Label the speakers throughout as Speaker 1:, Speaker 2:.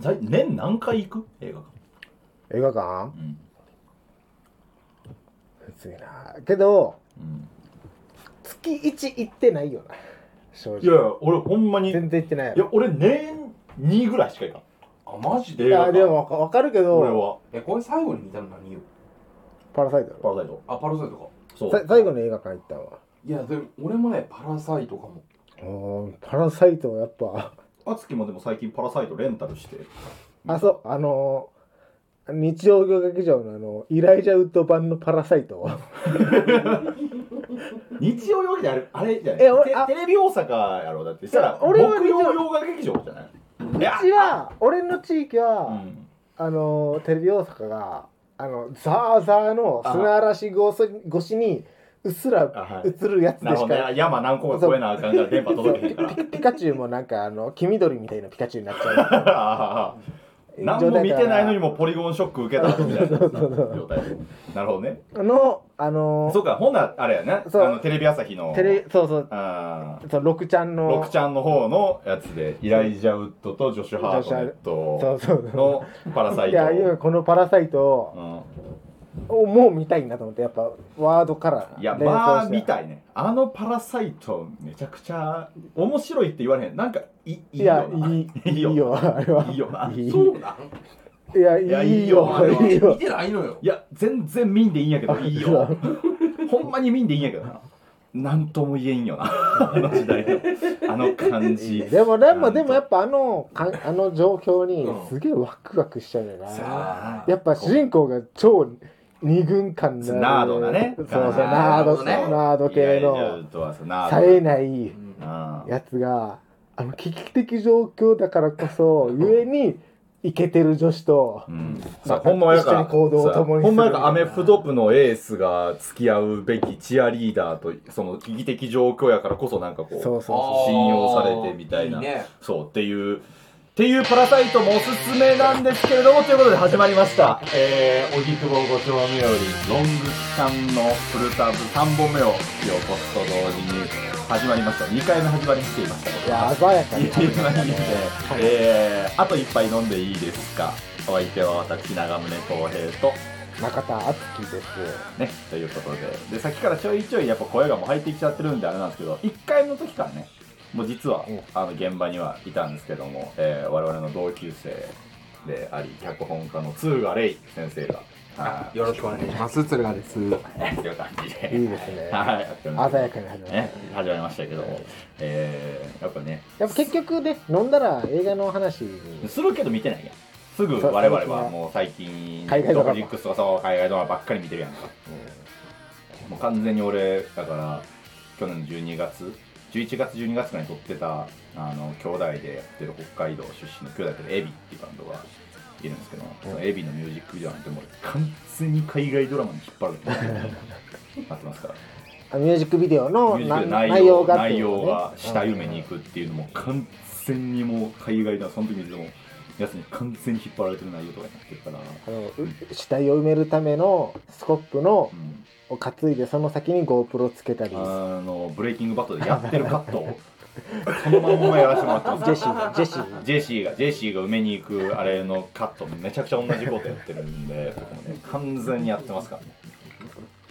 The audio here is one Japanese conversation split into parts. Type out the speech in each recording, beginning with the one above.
Speaker 1: ざい年何回行く映画館
Speaker 2: 映画館
Speaker 1: うん
Speaker 2: 別になけど
Speaker 1: うん
Speaker 2: 月1行ってないよな正
Speaker 1: いやい
Speaker 2: 直
Speaker 1: や俺ほんまにい
Speaker 2: 全然行ってないや
Speaker 1: や
Speaker 2: ろ
Speaker 1: 俺年2ぐらいしか行かんあマジで
Speaker 2: い
Speaker 1: 映画
Speaker 2: や
Speaker 1: 館
Speaker 2: でもわかわかるけ
Speaker 1: 俺
Speaker 2: ど
Speaker 1: は
Speaker 3: え、これ最後に見たの何よ
Speaker 2: パラサイトやろ
Speaker 1: パラサイト
Speaker 3: あ、パラサイトか。
Speaker 1: そう
Speaker 2: さ最後の映画館行ったわ
Speaker 3: いや、でも俺もね、パラサイトかも。
Speaker 2: おーパラサイトはやっぱ
Speaker 1: 敦貴もでも最近パラサイトレンタルして
Speaker 2: あそうあのー日曜劇場のあのイライジャウッド版のパラサイト
Speaker 1: 日曜夜であれあれじゃない
Speaker 2: え俺あ
Speaker 1: テテレビ大阪やろだってしたら
Speaker 2: 俺は
Speaker 1: 木曜洋画劇場じゃないういや
Speaker 2: ちは俺の地域は、
Speaker 1: うん
Speaker 2: あのーテレビ大阪があのザーザーの砂嵐越しにうっす
Speaker 1: あは
Speaker 2: ら
Speaker 1: い
Speaker 2: 映るやつで
Speaker 1: なる
Speaker 2: し
Speaker 1: ほ
Speaker 2: か
Speaker 1: どね山何個か越えなあかんから電波届けへんか
Speaker 2: ピピカチュウもなんかあの黄緑みたいなピカチュウになっちゃう
Speaker 1: ら 何も見てないのにもうポリゴンショック受けたみたいな状 態なるほどね
Speaker 2: のあの
Speaker 1: そうかほんならあれやなあ
Speaker 2: そう
Speaker 1: のテレビ朝日の
Speaker 2: テレそうそう
Speaker 1: あー
Speaker 2: そう六ちゃんの
Speaker 1: 六ちゃんの方のやつでイライジャウッドとジョシュ・ハートネッ
Speaker 2: そ
Speaker 1: ト
Speaker 2: うそうそう
Speaker 1: のパラサイ
Speaker 2: いや今
Speaker 1: ト
Speaker 2: このパラサイト
Speaker 1: うん
Speaker 2: をもう見たいなと思ってやっぱワードから
Speaker 1: いや
Speaker 2: 連
Speaker 1: ま
Speaker 2: 想
Speaker 1: あ
Speaker 2: して
Speaker 1: 見たいねあのパラサイトめちゃくちゃ面白いって言われへんなんかいいい
Speaker 2: いや
Speaker 1: よない
Speaker 2: い
Speaker 1: いい
Speaker 2: い
Speaker 1: よ
Speaker 2: いよあれはい
Speaker 1: いよない
Speaker 2: い
Speaker 3: そうなん
Speaker 2: いや
Speaker 1: いや
Speaker 2: い
Speaker 1: い
Speaker 2: い
Speaker 1: いよ
Speaker 2: よ
Speaker 1: あれはい
Speaker 2: い
Speaker 3: 見
Speaker 2: よ
Speaker 3: てないのよ。
Speaker 1: いや全然見んでいいんやけどいいよほんまに見んでいいんやけどななんとも言えんよなあの時代のあの感 じ
Speaker 2: でもでもでもや
Speaker 1: ぱ
Speaker 2: っぱあのかあの状況に
Speaker 3: うん
Speaker 2: すげえワクワクしちゃうよな
Speaker 3: さあ
Speaker 2: やっぱ主人公が超二軍感のある
Speaker 1: ナードなね
Speaker 2: そうそう
Speaker 1: ナード
Speaker 2: ナード
Speaker 3: ね
Speaker 2: ナード系の
Speaker 1: とはさな
Speaker 2: 冴えない
Speaker 3: うん
Speaker 1: あ
Speaker 2: やつがあの危機的状況だからこそゆえにイケてる女子と
Speaker 1: うん、
Speaker 2: ま
Speaker 1: さ
Speaker 2: あ
Speaker 1: ほんまやか
Speaker 2: 一緒に行動を共にする
Speaker 1: ほんまやかアメフト部のエースが付き合うべきチアリーダーとその危機的状況やからこそなんかこう
Speaker 2: そうそうそ
Speaker 1: 信用されてみたいな
Speaker 3: あーね
Speaker 1: そうっていうっていうパラサイトもおすすめなんですけれどもということで始まりました「えー、おぎくぼご丁目よりロングさんのフルタブ3本目を引き起こすと同時に始まりました2回目始まりにしていました
Speaker 2: うやばやか
Speaker 1: い
Speaker 2: に
Speaker 1: やいやいやえー、あと一杯飲んでいいですかお相手は私長宗浩平と
Speaker 2: 中田敦樹です
Speaker 1: ねということででさっきからちょいちょいやっぱ声がもう入ってきちゃってるんであれなんですけど1回目の時からねもう実は
Speaker 2: うん
Speaker 1: あの現場にはいたんですけども、えー我々の同級生であり脚本家の通賀レイ先生がは
Speaker 3: よろしくお願いします。鶴賀で
Speaker 1: い
Speaker 3: す。
Speaker 1: という感じ
Speaker 2: いい
Speaker 1: で
Speaker 2: ですね
Speaker 1: はいやっております
Speaker 2: 鮮やかに始まる
Speaker 1: ね始まりましたけども、えー、やっぱね
Speaker 2: やっぱ結局ね飲んだら映画の話に
Speaker 1: するけど見てないやんすぐ
Speaker 2: そう
Speaker 1: 我々はもう最近
Speaker 2: 海外ドラマ
Speaker 1: ネットフリックスとかそう海外ドラマばっかり見てるやんかもう完全に俺だから去年の12月11月12月ぐらいに撮ってたあの兄弟でやってる北海道出身の兄弟でエビっていうバンドがいるんですけど、そのエビのミュージックビデオなんてもう完全に海外ドラマに引っ張ら れてなってますから
Speaker 2: あミュージックビデオの
Speaker 1: ミュージック
Speaker 2: な
Speaker 1: で内容が
Speaker 2: って
Speaker 1: 内
Speaker 2: いうのね
Speaker 1: 容が下夢に行くっていうのも完全にもう海外だその時にでもやつに完全に引っ張られてる内容とかになってる から、
Speaker 2: あのう死体を埋めるためのスコップの
Speaker 1: うん
Speaker 2: を担いでその先に GoPro つけたりジ
Speaker 1: あのブレイキングバットでやってるカットをそのまんまやらせてもらってます
Speaker 2: ェシージェシー
Speaker 1: ジェシーがジェシーが埋めに行くあれのカットめちゃくちゃ同じことやってるんで僕もね完全にやってますからね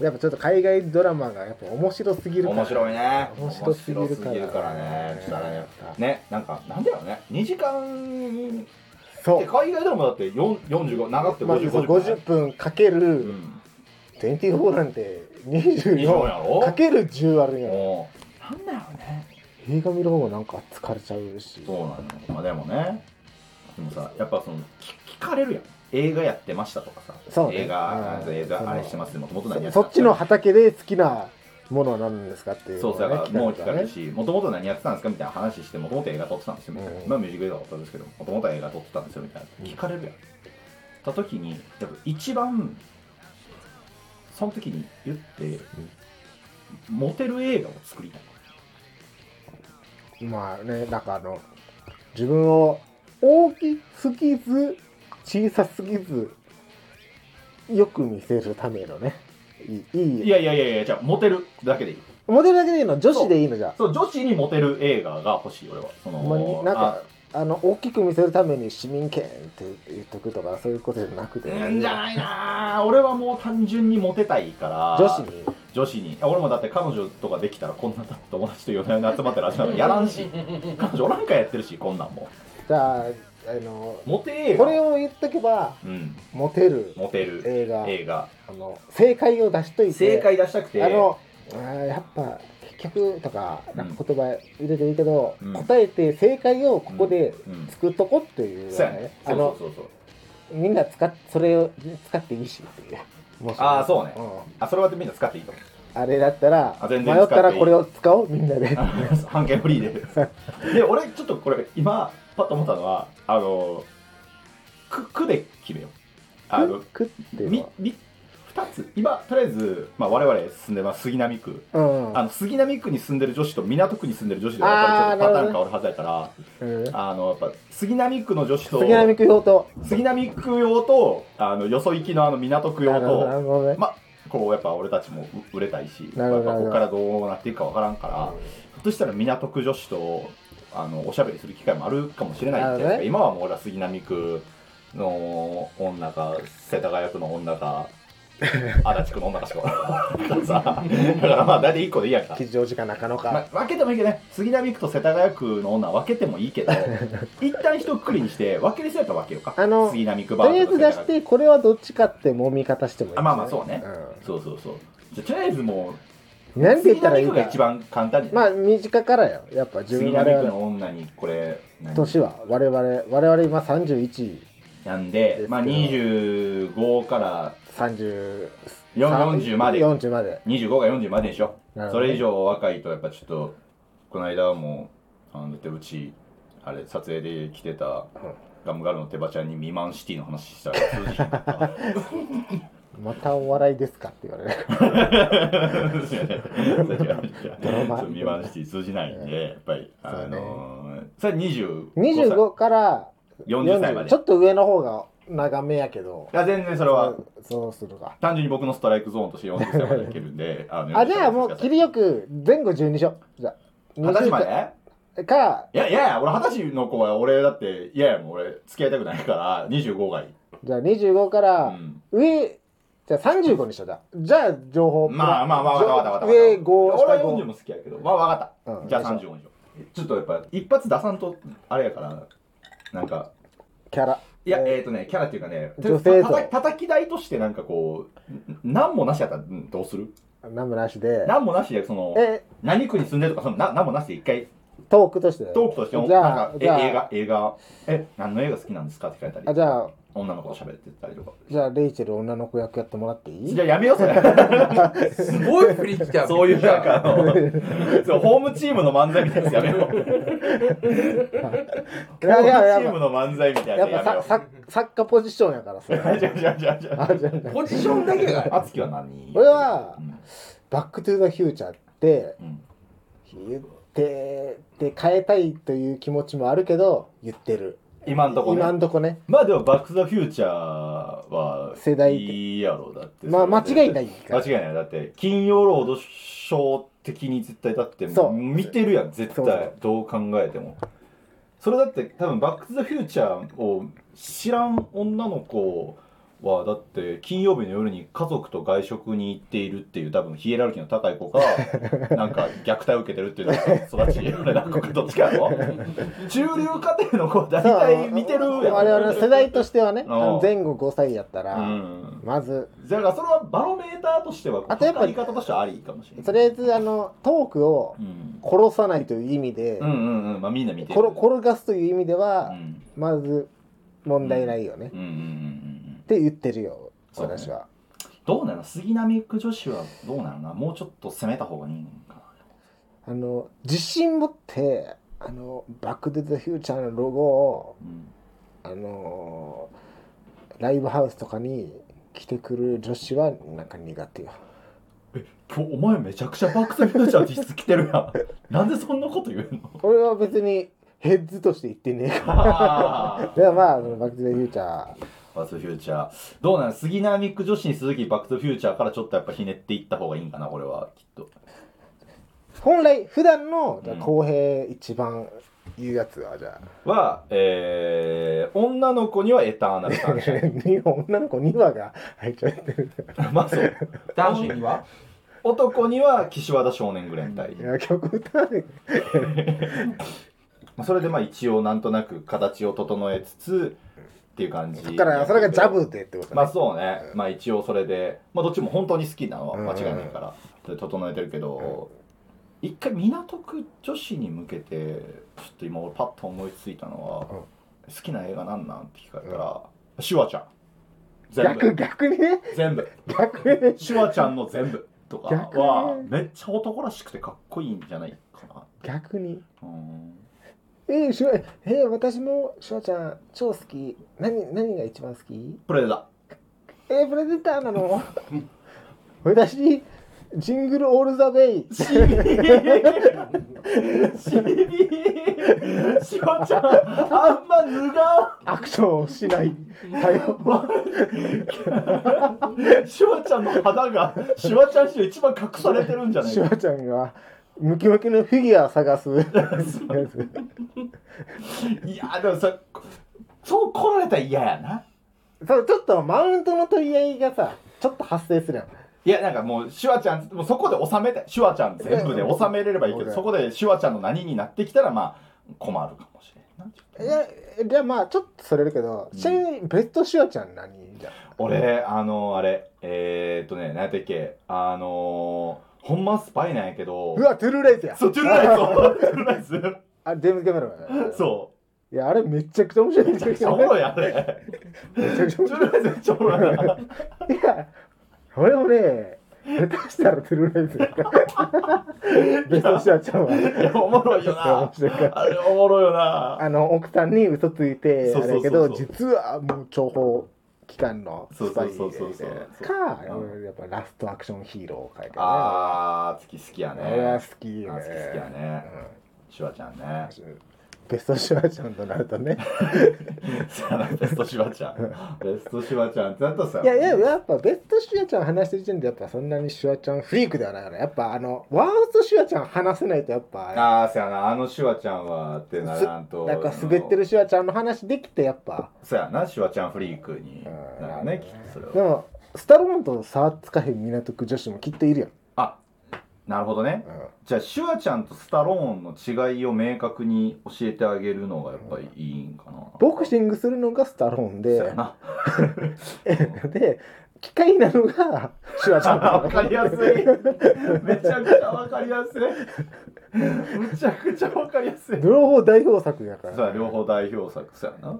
Speaker 2: やっぱちょっと海外ドラマがやっぱ面白すぎるから
Speaker 1: 面白いね
Speaker 2: 面白すぎる
Speaker 1: 面
Speaker 2: から
Speaker 1: 白すぎるからねちょっとあれねねなんかなんだろうね2時間
Speaker 2: そ
Speaker 1: で
Speaker 2: う
Speaker 1: 海外ドラマだって4 45長くて
Speaker 2: まあ、
Speaker 1: 5050
Speaker 2: 50分かけ
Speaker 1: う
Speaker 2: る
Speaker 1: ん
Speaker 2: 24なんて
Speaker 1: 以上や
Speaker 2: 24
Speaker 1: ろ
Speaker 2: かける10あるやん
Speaker 1: もうなんだろうね
Speaker 2: 映画見る方がなんか疲れちゃうし
Speaker 1: そうなのまあでもねでもさやっぱその聞聞かれるやん映画やってましたとかさ
Speaker 2: そうね
Speaker 1: 映画
Speaker 2: うん
Speaker 1: 映
Speaker 2: そ
Speaker 1: 画
Speaker 2: の
Speaker 1: あれしてますでもともと何や
Speaker 2: そ
Speaker 1: ってた
Speaker 2: そっちの畑で好きなものは何ですかっていう
Speaker 1: そう
Speaker 2: の
Speaker 1: そうだから
Speaker 2: ね
Speaker 1: もう聞かれるし
Speaker 2: 聞
Speaker 1: もともと何やってたんですかみたいな話してもともと映画撮ってたんですよみたいな
Speaker 2: うん
Speaker 1: 今ミュージックビデオだったんですけどもともと映画撮ってたんですよみたいな聞かれるやんた時にやっぱ一番その時に言ってモテる映画を作りたい
Speaker 2: らねまあねなんかあの自分を大きすぎず小さすぎずよく見せるためのねいいいい
Speaker 1: いやいやいやいやじゃあモテるだけでいい
Speaker 2: モデルだけでいいの女子でいいのじゃあ
Speaker 1: そう女子にモテる映画が欲しい俺はそ
Speaker 2: ほんまに
Speaker 1: の
Speaker 2: なんか
Speaker 1: あ
Speaker 2: あの大きく見せるために市民権って言っとくとかそういうことじゃなくて、
Speaker 1: うんじゃないなー俺はもう単純にモテたいから
Speaker 2: 女子に
Speaker 1: 女子に俺もだって彼女とかできたらこんな友達と夜な夜な集まってるはずなのにやらんし彼女おらんからやってるしこんなんも
Speaker 2: じゃああの
Speaker 1: モテ映画
Speaker 2: これを言っとけば
Speaker 1: うん
Speaker 2: モテる
Speaker 1: モテる
Speaker 2: 映画
Speaker 1: 映画
Speaker 2: あの正解を出しといて
Speaker 1: 正解出したくて
Speaker 2: あのあーやっぱ結局とかなんか言葉入れていいけど、
Speaker 1: うん
Speaker 2: 答えて正解をここで
Speaker 1: うんうん
Speaker 2: 作っとこっていう、
Speaker 1: そうやね
Speaker 2: あ
Speaker 1: そう
Speaker 2: の
Speaker 1: そうそうそう
Speaker 2: みんな使っそれを使っていいしっていうもし
Speaker 1: あーそうね
Speaker 2: う
Speaker 1: あそれはみんな使っていいと 思う
Speaker 2: んあれだったら
Speaker 1: あ
Speaker 2: 迷
Speaker 1: 全然
Speaker 2: った
Speaker 1: 使っ
Speaker 2: ら
Speaker 1: ていい
Speaker 2: これを使おうみんなで
Speaker 1: あの半券フリーでで俺ちょっとこれ今パッと思ったのはあのく区で決めようあの
Speaker 2: くっていう
Speaker 1: み
Speaker 2: の
Speaker 1: み2つ今とりあえず、まあ、我々住んでます杉並区
Speaker 2: うん
Speaker 1: あの杉並区に住んでる女子と港区に住んでる女子でやっぱりちょっとパターン変わるはずやから
Speaker 2: うん
Speaker 1: あのやっぱ杉並区の女子と
Speaker 2: 杉並区用と
Speaker 1: 杉並区用とあのよそ行きのあの港区用
Speaker 2: なるほどな
Speaker 1: と
Speaker 2: るほどね
Speaker 1: まあこうやっぱ俺たちもう売れたいし
Speaker 2: なるほど
Speaker 1: やっぱここからどうなっていくかわからんから、ひょっとしたら港区女子とあのおしゃべりする機会もあるかもしれないじゃないですか、
Speaker 2: なるほどね
Speaker 1: 今はもう俺は杉並区の女か世田谷区の女か足立区の女かしかおらんからさだからまあ大体1個でいいやんか
Speaker 2: 吉祥寺か中野か、
Speaker 1: ま分けてもいいけどね杉並区と世田谷区の女は分けてもいいけ ど一旦一括りにして分ける人やったら分けようか
Speaker 2: あの
Speaker 1: 杉並区バー
Speaker 2: と
Speaker 1: ジ
Speaker 2: りあ
Speaker 1: ョ
Speaker 2: え
Speaker 1: ンと
Speaker 2: ず
Speaker 1: 世田谷
Speaker 2: 出
Speaker 1: 区
Speaker 2: してこれはどっちかって揉み方してもいい
Speaker 1: あまあまあそうね
Speaker 2: う
Speaker 1: そうそうそうじゃあとりあえずも
Speaker 2: ん、な
Speaker 1: うん
Speaker 2: て言
Speaker 1: 杉
Speaker 2: ったら
Speaker 1: 並
Speaker 2: いい
Speaker 1: 区が
Speaker 2: か
Speaker 1: 一番簡単に、
Speaker 2: まあ身近からよやっぱ自
Speaker 1: 杉
Speaker 2: 分
Speaker 1: 並区
Speaker 2: 我々
Speaker 1: の女にこれ何
Speaker 2: 年は我々我々今31
Speaker 1: なん
Speaker 2: です
Speaker 1: で
Speaker 2: けど、
Speaker 1: まあ、25から
Speaker 2: 30
Speaker 1: 40まで
Speaker 2: 40まで
Speaker 1: 25が40まででしょ、
Speaker 2: なるほ
Speaker 1: そ
Speaker 2: どね
Speaker 1: れ以上若いとやっぱちょっとこの間はもうあのだってうちあれ撮影で来てたガムガールの手羽ちゃんに未満シティの話したら通じひんかった
Speaker 2: またお笑いですかって言われるドラマ
Speaker 1: そうミバンシティ通じないんで、やっぱり、あのー、それ25歳、
Speaker 2: 25から
Speaker 1: 40歳まで。
Speaker 2: ちょっと上の方が長めやけど
Speaker 1: いや、全然それは、
Speaker 2: そうするか
Speaker 1: 単純に僕のストライクゾーンとして40歳までいけるんで、あの
Speaker 2: あじゃあもう切りよく前後12勝じゃ
Speaker 1: 二十歳まで
Speaker 2: でか
Speaker 1: いや、いやいや、俺二十歳の子は俺だって、いやいや、もう俺付き合いたくないから、25がいい。
Speaker 2: じゃあ25か
Speaker 1: う
Speaker 2: ら
Speaker 1: ん。
Speaker 2: 上じゃあ35にしようじゃあじゃあ情報
Speaker 1: まあまあまあ、わかったわかったわかった。
Speaker 2: 上5
Speaker 1: 俺は
Speaker 2: 下
Speaker 1: 40
Speaker 2: 5
Speaker 1: も好きやけど、まあわかった。
Speaker 2: うん
Speaker 1: じゃあ35にしよう。ちょっとやっぱ、一発出さんと、あれやから、なんか、
Speaker 2: キャラ
Speaker 1: いや、
Speaker 2: えー
Speaker 1: えー、とね、キャラっていうかね、
Speaker 2: 女性像
Speaker 1: たた叩き台としてなんかこう、ん何もなしやったらうんどうする
Speaker 2: 何もなしで
Speaker 1: 何もなしで、その、
Speaker 2: え
Speaker 1: 何区に住んでるとか、そのな何もなしで一回、
Speaker 2: トークとして
Speaker 1: トークとして、なん
Speaker 2: じゃ
Speaker 1: か
Speaker 2: あ、
Speaker 1: え
Speaker 2: じゃあ
Speaker 1: 映画、映画、え、何の映画好きなんですかって書いたり
Speaker 2: あ、じゃあ
Speaker 1: 女の子と喋ってたりとか。
Speaker 2: じゃあレイチェル女の子役やってもらっていい
Speaker 1: じゃあやめよう、 それ。
Speaker 3: すごい振り来た
Speaker 1: そういうなんかあの、そうホームチームの漫才みたいなやつやめよう。ホーム
Speaker 2: い
Speaker 1: チ
Speaker 2: やいやや
Speaker 1: ーム
Speaker 2: っ
Speaker 1: の漫才みた
Speaker 2: ぱ
Speaker 1: いなや
Speaker 2: やっ
Speaker 1: つや
Speaker 2: ぱささ作家ポジションやから そ
Speaker 1: め
Speaker 2: れ
Speaker 1: よう。じゃあじゃあじゃあじゃあ
Speaker 2: あじゃあ
Speaker 3: ポジションだけが
Speaker 1: あつきは何
Speaker 2: 俺は
Speaker 1: うん
Speaker 2: バックトゥーザフューチャーって
Speaker 1: うん
Speaker 2: 言ってで変えたいという気持ちもあるけど言ってる
Speaker 1: 今んとこね
Speaker 2: 今んとこね
Speaker 1: まあでも、バック・トゥ・ザ・フューチャーは、
Speaker 2: 世代的
Speaker 1: いいやろ、だって。
Speaker 2: まあ
Speaker 1: それ
Speaker 2: 間違いないか
Speaker 1: 間
Speaker 2: ら
Speaker 1: 違いない。だって、金曜ロードショー的に絶対、だって、
Speaker 2: そう
Speaker 1: 見てるやん、絶
Speaker 2: そうそう
Speaker 1: 対。どう考えても。それだって、多分、バック・トゥ・ザ・フューチャーを知らん女の子は、だって、金曜日の夜に家族と外食に行っているっていう、多分、ヒエラルキーの高い子 か、なんか、虐待を受けてるっていうのが育ち、俺なんかどっちかや ろ中流家庭の子は大体見てるやん。
Speaker 2: 我々の世代として はね
Speaker 1: ん
Speaker 2: 前後5歳やったら、
Speaker 1: うん
Speaker 2: まず
Speaker 1: だからそれはバロメーターとしては
Speaker 2: あとやっぱ
Speaker 1: り方としてはありかもしれない
Speaker 2: とりあえずあのトークを
Speaker 1: うん、
Speaker 2: 殺さないという意味で、
Speaker 1: うんうんうんまあみんな見て
Speaker 2: 転
Speaker 1: る
Speaker 2: 転がすという意味で
Speaker 1: う
Speaker 2: は、
Speaker 1: ん
Speaker 2: まず問題ないよね、
Speaker 1: うんうんうんうん
Speaker 2: って言ってるよ
Speaker 1: そうね
Speaker 2: 私は、
Speaker 1: どうなの杉並区女子はどうなのなもうちょっと攻めた方がいいのかな
Speaker 2: あの自信持ってあのバック・デ・ザ・フューチャーのロゴを
Speaker 1: うん
Speaker 2: あのーライブハウスとかに来てくる女子はなんか苦手よ
Speaker 1: 今日お前めちゃくちゃバックスフューチャー実質来てる やんなんでそんなこと言うの
Speaker 2: 俺は別にヘッズとして言ってねえか
Speaker 1: あ
Speaker 2: らではまああのバック・デ・ザ・フューチャ
Speaker 1: バックスフューチャーどうなの杉並区女子に続きバックスフューチャーからちょっとやっぱひねっていった方がいいんかなこれはきっと
Speaker 2: ー本来普段の
Speaker 1: うん
Speaker 2: 公平一番いうやつはじゃあ
Speaker 1: は、えー、女の子にはエターナルサンシャイ
Speaker 2: 2女の子2話が入っちゃって
Speaker 1: ン
Speaker 2: る
Speaker 1: まあそう
Speaker 3: 男子には
Speaker 1: 男には岸和田少年愚連隊
Speaker 2: いや曲歌うね
Speaker 1: まあそれでまあ一応なんとなく形を整えつつっていう感じ
Speaker 2: そっからそれがジャブでってこと
Speaker 1: まあ
Speaker 2: ね
Speaker 1: そうね、
Speaker 2: うん
Speaker 1: まあ一応それで、まあ、どっちも本当に好きなのは
Speaker 2: うん
Speaker 1: 間違いないから、それ整えてるけど、一回港区女子に向けてちょっと今俺パッと思いついたのは、
Speaker 2: うん
Speaker 1: 好きな映画なんなんって聞かれたら「シュワちゃん」全
Speaker 2: 逆
Speaker 1: 部
Speaker 2: 逆にね
Speaker 1: 全部
Speaker 2: 逆に
Speaker 1: シュワちゃんの全部とか
Speaker 2: 逆
Speaker 1: は
Speaker 2: ね
Speaker 1: めっちゃ男らしくてかっこいいんじゃないかな
Speaker 2: 逆に
Speaker 1: うん
Speaker 2: えー、しゅわえー、私もしゅわちゃん超好き何何が一番好き
Speaker 1: プレダ
Speaker 2: えー、プレゼンター なの私ジングルオールザベイ
Speaker 1: しびしわちゃんあんま脱が
Speaker 2: アクションをしない対 応
Speaker 1: んしわちゃんの肌がしわちゃん史で一番隠されてるんじゃない
Speaker 2: シュ
Speaker 1: か
Speaker 2: ワちゃんがムキムキのフィギュアを探 すや つ
Speaker 1: いやでもさそう来られたら嫌やな
Speaker 2: そうちょっとマウントの取り合いがさちょっと発生するやん
Speaker 1: いやなんかもうシュワちゃんもうそこで収めたいシュワちゃん全部で収めれればいいけどそこでシュワちゃんの何になってきたらまあ困るかもしれんない
Speaker 2: いやじゃあまあちょっとそれるけど、
Speaker 1: うん
Speaker 2: ちなみにベストシュワちゃん何じゃ
Speaker 1: 俺あのあれえー、っとね何やったっけあのー、ほんまはスパイなんやけど
Speaker 2: うわトゥルーレイズや
Speaker 1: そうトゥルーライトトゥルーライス
Speaker 2: あジェームズ・キャメロンやね
Speaker 1: そ
Speaker 2: いやあれめちゃくちゃ面白いめちゃ
Speaker 1: うめっ
Speaker 2: く
Speaker 1: ち
Speaker 2: ち
Speaker 1: ゃ
Speaker 2: ゃ
Speaker 1: おもろいあれトゥルーライスめっちゃおもろいない
Speaker 2: や俺もね下手したらトゥルーレイズやベストシュワちゃんはい
Speaker 1: やおもろいよ
Speaker 2: 面
Speaker 1: な
Speaker 2: 白いから
Speaker 1: あれおもろいよな
Speaker 2: あの奥さんに嘘ついて
Speaker 1: そう
Speaker 2: あ
Speaker 1: そうそ
Speaker 2: れ
Speaker 1: うそう
Speaker 2: やけど実はもう諜報機関のスパイで
Speaker 1: そうそうそうそうそう
Speaker 2: か
Speaker 1: う
Speaker 2: やっぱラストアクションヒーローかいから
Speaker 1: あー月好きや
Speaker 2: ね俺は
Speaker 1: ね
Speaker 2: 好きね
Speaker 1: あ好き好きやねシュワちゃんね
Speaker 2: うんベストシュワちゃんとなるとね
Speaker 1: ベストシュワちゃんベストシュワちゃんってなったらさ
Speaker 2: いやいややっぱベストシュワちゃん話してる時点でやっぱそんなにシュワちゃんフリークではないからやっぱあのワーストシュワちゃん話せないとやっぱ
Speaker 1: ああそうやなあのシュワちゃんはってならんと
Speaker 2: なんか滑ってるシュワちゃんの話できてやっぱ
Speaker 1: そうやなシュワちゃんフリークにならねきっとそれ
Speaker 2: で
Speaker 1: は
Speaker 2: もスタローンとサーツカヘン港区女子もきっといるやん、
Speaker 1: あなるほどね
Speaker 2: うん
Speaker 1: じゃあシュワちゃんとスタローンの違いを明確に教えてあげるのがやっぱりいいんかな
Speaker 2: ボクシングするのがスタローン
Speaker 1: そう
Speaker 2: で
Speaker 1: やな
Speaker 2: で機械なのがシュワちゃんなの
Speaker 1: わかりやすい めちゃくちゃわかりやすいむちゃくちゃわかりやすい
Speaker 2: 両方代表作やから
Speaker 1: そうや両方代表作そうやな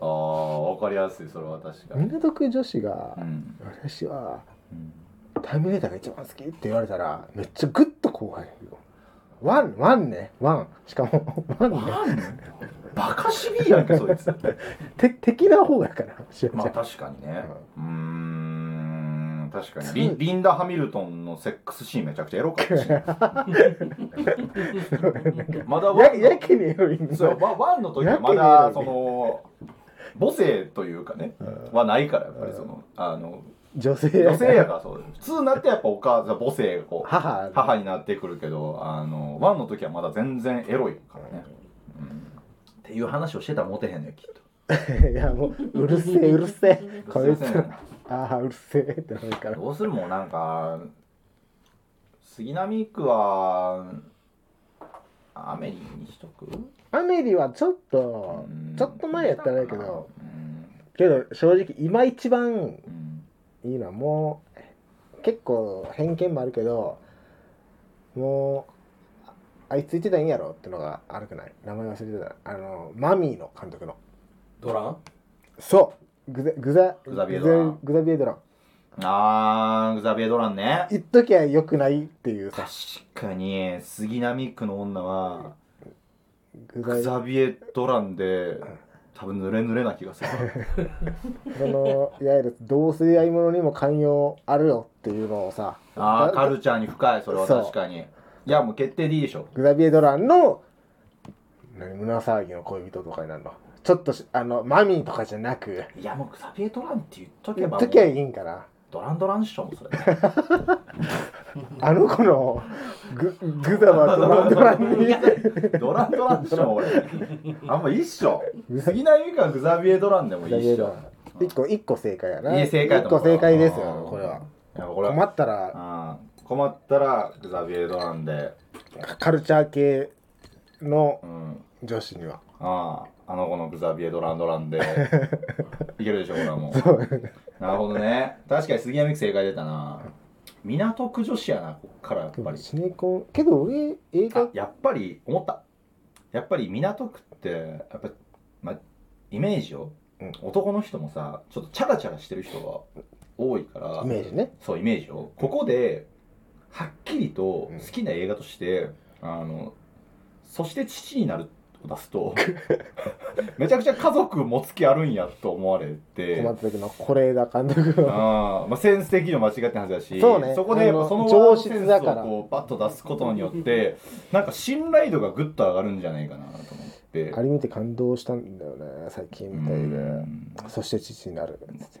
Speaker 1: あーわかりやすいそれは確か
Speaker 2: うん
Speaker 1: に
Speaker 2: 港区女子
Speaker 1: う
Speaker 2: が
Speaker 1: ん、
Speaker 2: 私は
Speaker 1: うん
Speaker 2: ターミネーターが一番好きって言われたらめっちゃグッと後輩よワンワンねワンしかも ワンね
Speaker 1: バカシビやんけそいつ
Speaker 2: て敵な方やからシュワ
Speaker 1: ま
Speaker 2: ち
Speaker 1: あ
Speaker 2: ゃん、
Speaker 1: 確かにねうーん確かに
Speaker 2: そう
Speaker 1: リンリンダ・ハミルトンのセックスシーンめちゃくちゃエロかったし まだワン
Speaker 2: ややけにエロいんだ
Speaker 1: そうワワンの時はま
Speaker 2: や
Speaker 1: だ
Speaker 2: け
Speaker 1: そ
Speaker 2: にエ
Speaker 1: の母性というかね
Speaker 2: うん
Speaker 1: はないからやっぱりそのあの
Speaker 2: 女性や
Speaker 1: 女性やからそう普通になってやっぱお母さん母性がこう
Speaker 2: 母
Speaker 1: 母になってくるけどあのワンの時はまだ全然エロいからね、うん、っていう話をしてたらモテへんねきっと。
Speaker 2: いやもううるせえうるせえこいつ
Speaker 1: そうやね
Speaker 2: らああうるせえってなるから
Speaker 1: どうするもうなんか杉並区はアメリにしとく
Speaker 2: アメリはちょっと
Speaker 1: うん
Speaker 2: ちょっと前やったらやけど
Speaker 1: うん
Speaker 2: けど正直今一番
Speaker 1: うん
Speaker 2: いいのはもう結構偏見もあるけどもうああいついてたんやろってのがあるくない名前忘れてたあのマミーの監督の
Speaker 3: ドラン
Speaker 2: そうグザグザ
Speaker 1: グザビエドラン
Speaker 2: グザビエドラン
Speaker 1: あーグザビエドランね
Speaker 2: 言っときゃよくないっていうさ
Speaker 1: 確かに杉並区の女は
Speaker 2: グ
Speaker 1: グ
Speaker 2: ザ
Speaker 1: ザビエドランで多分濡れ濡れな気がす る
Speaker 2: そのいわゆる同性愛者にも寛容あるよっていうのをさ
Speaker 1: ああ
Speaker 2: だ
Speaker 1: カルチャーに深いそれは確かにいやもう決定でいいでしょ
Speaker 2: グザビエドランの何胸騒ぎの恋人とかになるのちょっとしあのマミーとかじゃなく
Speaker 1: いやもうグザビエドランって言っとけ
Speaker 2: 言
Speaker 1: ばも
Speaker 2: っと
Speaker 1: う
Speaker 2: きゃいいんかな
Speaker 1: ドランドランっしょもそれ
Speaker 2: あの子のググザはドランドランに
Speaker 1: ドランドランっしょも俺あんまいいっしょ杉田由美かグザビエドランでもいいっしょ
Speaker 2: 一個一個正解やな。
Speaker 1: いい正解
Speaker 2: 一
Speaker 1: だ
Speaker 2: 個正解です
Speaker 1: う
Speaker 2: よ
Speaker 1: ん
Speaker 2: これは。
Speaker 1: やっぱこれ
Speaker 2: 困
Speaker 1: は
Speaker 2: ったら
Speaker 1: うん困ったらグザビエドランで
Speaker 2: カルチャー系の
Speaker 1: うん
Speaker 2: 女子には。
Speaker 1: ああ、あの子のグザビエドランドランでいけるでしょ、これはもう。なるほどね。確かに杉山美樹正解出たな。港区女子やな、こっからやっ
Speaker 2: で
Speaker 1: ぱ
Speaker 2: も
Speaker 1: り。
Speaker 2: シネコンけど俺映画
Speaker 1: あやっぱり思った。やっぱり港区って、やっぱ、ま、イメージよ、
Speaker 2: うん
Speaker 1: 男の人もさ、ちょっとチャラチャラしてる人が多いから
Speaker 2: イ、メージね。
Speaker 1: そう、イメージよ。ここで、はっきりと好
Speaker 2: うん
Speaker 1: きな映画として、あの、そして父になるを出す と、めちゃくちゃ家族持つ気あるんやと思われて、
Speaker 2: 困った時の是枝監督 の
Speaker 1: あーまあ、センス的にも間違ってないはずだし
Speaker 2: そうね
Speaker 1: こでやっ
Speaker 2: あ
Speaker 1: ぱ
Speaker 2: の
Speaker 1: その
Speaker 2: 上質だか
Speaker 1: ワードセンス
Speaker 2: ら
Speaker 1: をこうパッと出すことによってなんか信頼度がぐっと上がるんじゃないかなと思って
Speaker 2: あれ見て感動したんだよね最近
Speaker 1: う
Speaker 2: みたいで。
Speaker 1: んっ
Speaker 2: そして父になるっつって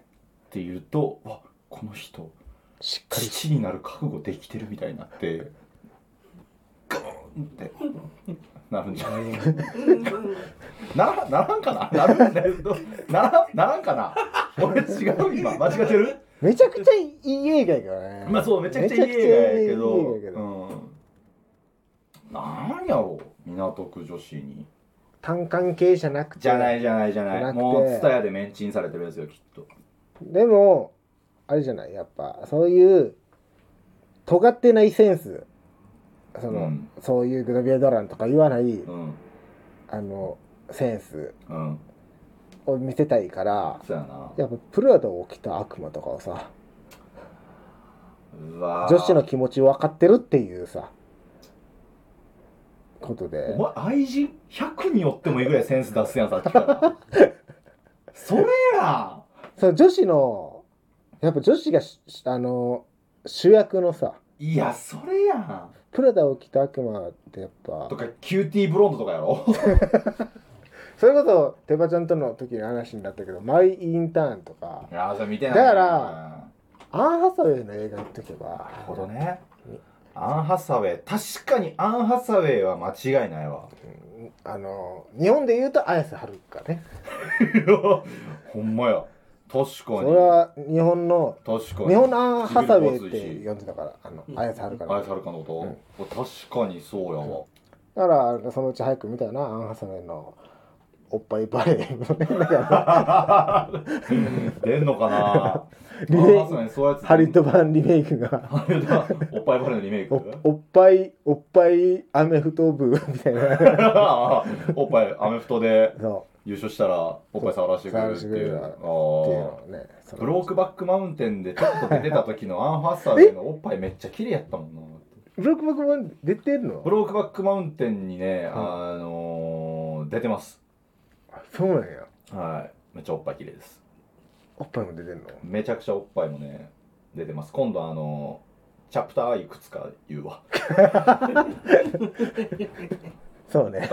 Speaker 1: ていうとわこの人
Speaker 2: しっかり
Speaker 1: 父になる覚悟できてるみたいになってガーンってなるんじゃないかな らならんかななるんだけどならならんかな俺違う今間違ってる
Speaker 2: めちゃくちゃいい映画やからね。
Speaker 1: まあそうめちゃくちゃいい映画やけど
Speaker 2: めちゃくちゃいい映画やけど
Speaker 1: うん、なんやろう港区女子に
Speaker 2: 単関係じゃなくて。
Speaker 1: じゃないじゃないじゃない
Speaker 2: じゃなくて
Speaker 1: もうツタヤでメンチンされてるやつよきっと
Speaker 2: でもあれじゃないやっぱそういう尖ってないセンスその、
Speaker 1: うん
Speaker 2: そういうグラビアドランとか言わない、
Speaker 1: うん
Speaker 2: あのセンス
Speaker 1: うん
Speaker 2: を見せたいから
Speaker 1: そうやな
Speaker 2: やっぱプラダを着た悪魔とかをさ
Speaker 1: うわー
Speaker 2: 女子の気持ち分かってるっていうさことで
Speaker 1: お前愛人100によってもいいぐらいセンス出すやんさっきから それや
Speaker 2: その女子のやっぱ女子がしあの主役のさ
Speaker 1: んいやそれやん
Speaker 2: プラダを着た悪魔ってやっぱ
Speaker 1: とかキューティーブロンドとかやろ
Speaker 2: それこそテバちゃんとの時の話になったけどマイ・インターンとか
Speaker 1: いやーそれ見てない
Speaker 2: だ
Speaker 1: な
Speaker 2: からアン・ハサウェイの映画行っとけば
Speaker 1: なるほどねアン・ハサウェイ確かにアン・ハサウェイは間違いないわ
Speaker 2: うんあの日本で言うと綾瀬はるかね
Speaker 1: いや ほんまや確
Speaker 2: そ
Speaker 1: か
Speaker 2: れ
Speaker 1: に
Speaker 2: は日本の
Speaker 1: 確かに
Speaker 2: 日本のアン・ハサウェイって呼んでたからあの綾瀬はるか
Speaker 1: あ
Speaker 2: ね
Speaker 1: れされかのこと、確かにそうやわ、
Speaker 2: だからあのそのうち早く見たよなアン・ハサウェイのおっぱいバレーのねだから
Speaker 1: 出んのかな
Speaker 2: リメイク
Speaker 1: あまさにそういうや つ
Speaker 2: ハリウッド版リメイクが
Speaker 1: ハリウッドおっぱいバレーのリメイク
Speaker 2: おおっぱいおっぱいアメフト部みたいな
Speaker 1: おっぱいアメフトで
Speaker 2: そ
Speaker 1: 優勝したらおっぱい触らせてくれるっていう
Speaker 2: そう触らせて
Speaker 1: あ
Speaker 2: うってい
Speaker 1: ー
Speaker 2: うのをねその
Speaker 1: ブロークバックマウンテンでちょっと出てた時 のアン・ハサウェイのおっぱいめっちゃ綺麗やったもんな
Speaker 2: ブロックバックマン出てるの
Speaker 1: ブロークバックマウンテンにね、あのー出てます
Speaker 2: そうなんや
Speaker 1: はいめっちゃおっぱい綺麗です
Speaker 2: おっぱいも出てんの
Speaker 1: めちゃくちゃおっぱいもね出てます今度あのチャプターいくつか言 うわ
Speaker 2: そうね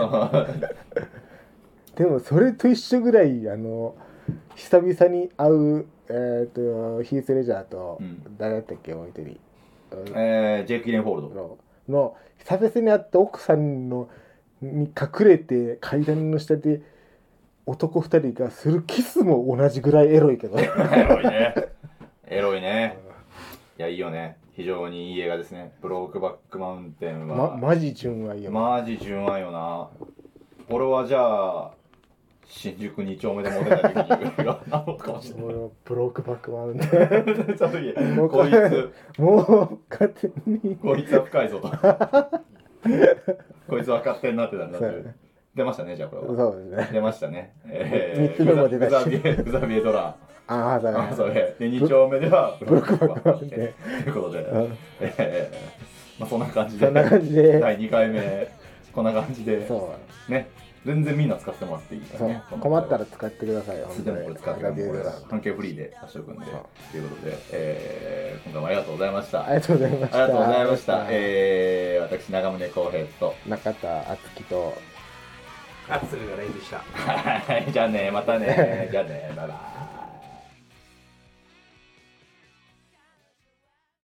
Speaker 2: でもそれと一緒ぐらいあの久々に会う、えー、とヒース・レジャーと、
Speaker 1: うん
Speaker 2: 誰だったっけもう一人うん
Speaker 1: えー、ジェイク・ギレンホールド
Speaker 2: のの久々に会った奥さんのに隠れて階段の下で男二人がするキスも同じぐらいエロ いけど
Speaker 1: エロいねエロいねいやいいよね非常にいい映画ですねブロークバックマウンテン
Speaker 2: ま
Speaker 1: は、
Speaker 2: マジ純愛よ、
Speaker 1: マジ純愛よな俺はじゃあ新宿2丁目でモテた時に言う映 画なのかもしれない
Speaker 2: 俺はブロークバックマウンテ
Speaker 1: その時こいつ
Speaker 2: ン もう勝手に
Speaker 1: こいつは深いぞ とこいつは勝手になってたんだって
Speaker 2: そうやね
Speaker 1: 出ましたねじゃあこれは
Speaker 2: そうですね
Speaker 1: 出ましたね。
Speaker 2: 三つ目も出たし
Speaker 1: グザビエグザビエドラ
Speaker 2: ああそう
Speaker 1: ン。あ、
Speaker 2: だ
Speaker 1: それ。で、2丁目では、ブ
Speaker 2: ロックバックマウン
Speaker 1: と
Speaker 2: テン
Speaker 1: いうことで、
Speaker 2: うん
Speaker 1: えーまあそんな感じで、
Speaker 2: そんな感じで
Speaker 1: 第2回目、こんな感じで、
Speaker 2: そう
Speaker 1: ね、全然みんな使ってもらっていいから
Speaker 2: そう、
Speaker 1: ね。この
Speaker 2: 困ったら使ってくださいよ。
Speaker 1: いつでもこれ使っても
Speaker 2: ラビエ
Speaker 1: ら
Speaker 2: ド
Speaker 1: っ
Speaker 2: ラ
Speaker 1: て、関係フリーで出しておくんで
Speaker 2: そう、
Speaker 1: ということで、えー今回もありがとうございました。
Speaker 2: ありがとうございました。
Speaker 1: ありがとうございました。えー私、長宗浩平と、
Speaker 2: 中田敦樹と。
Speaker 3: アクセルがレイズし た。
Speaker 1: はいじゃあね、またね、じゃあね、バイバイ。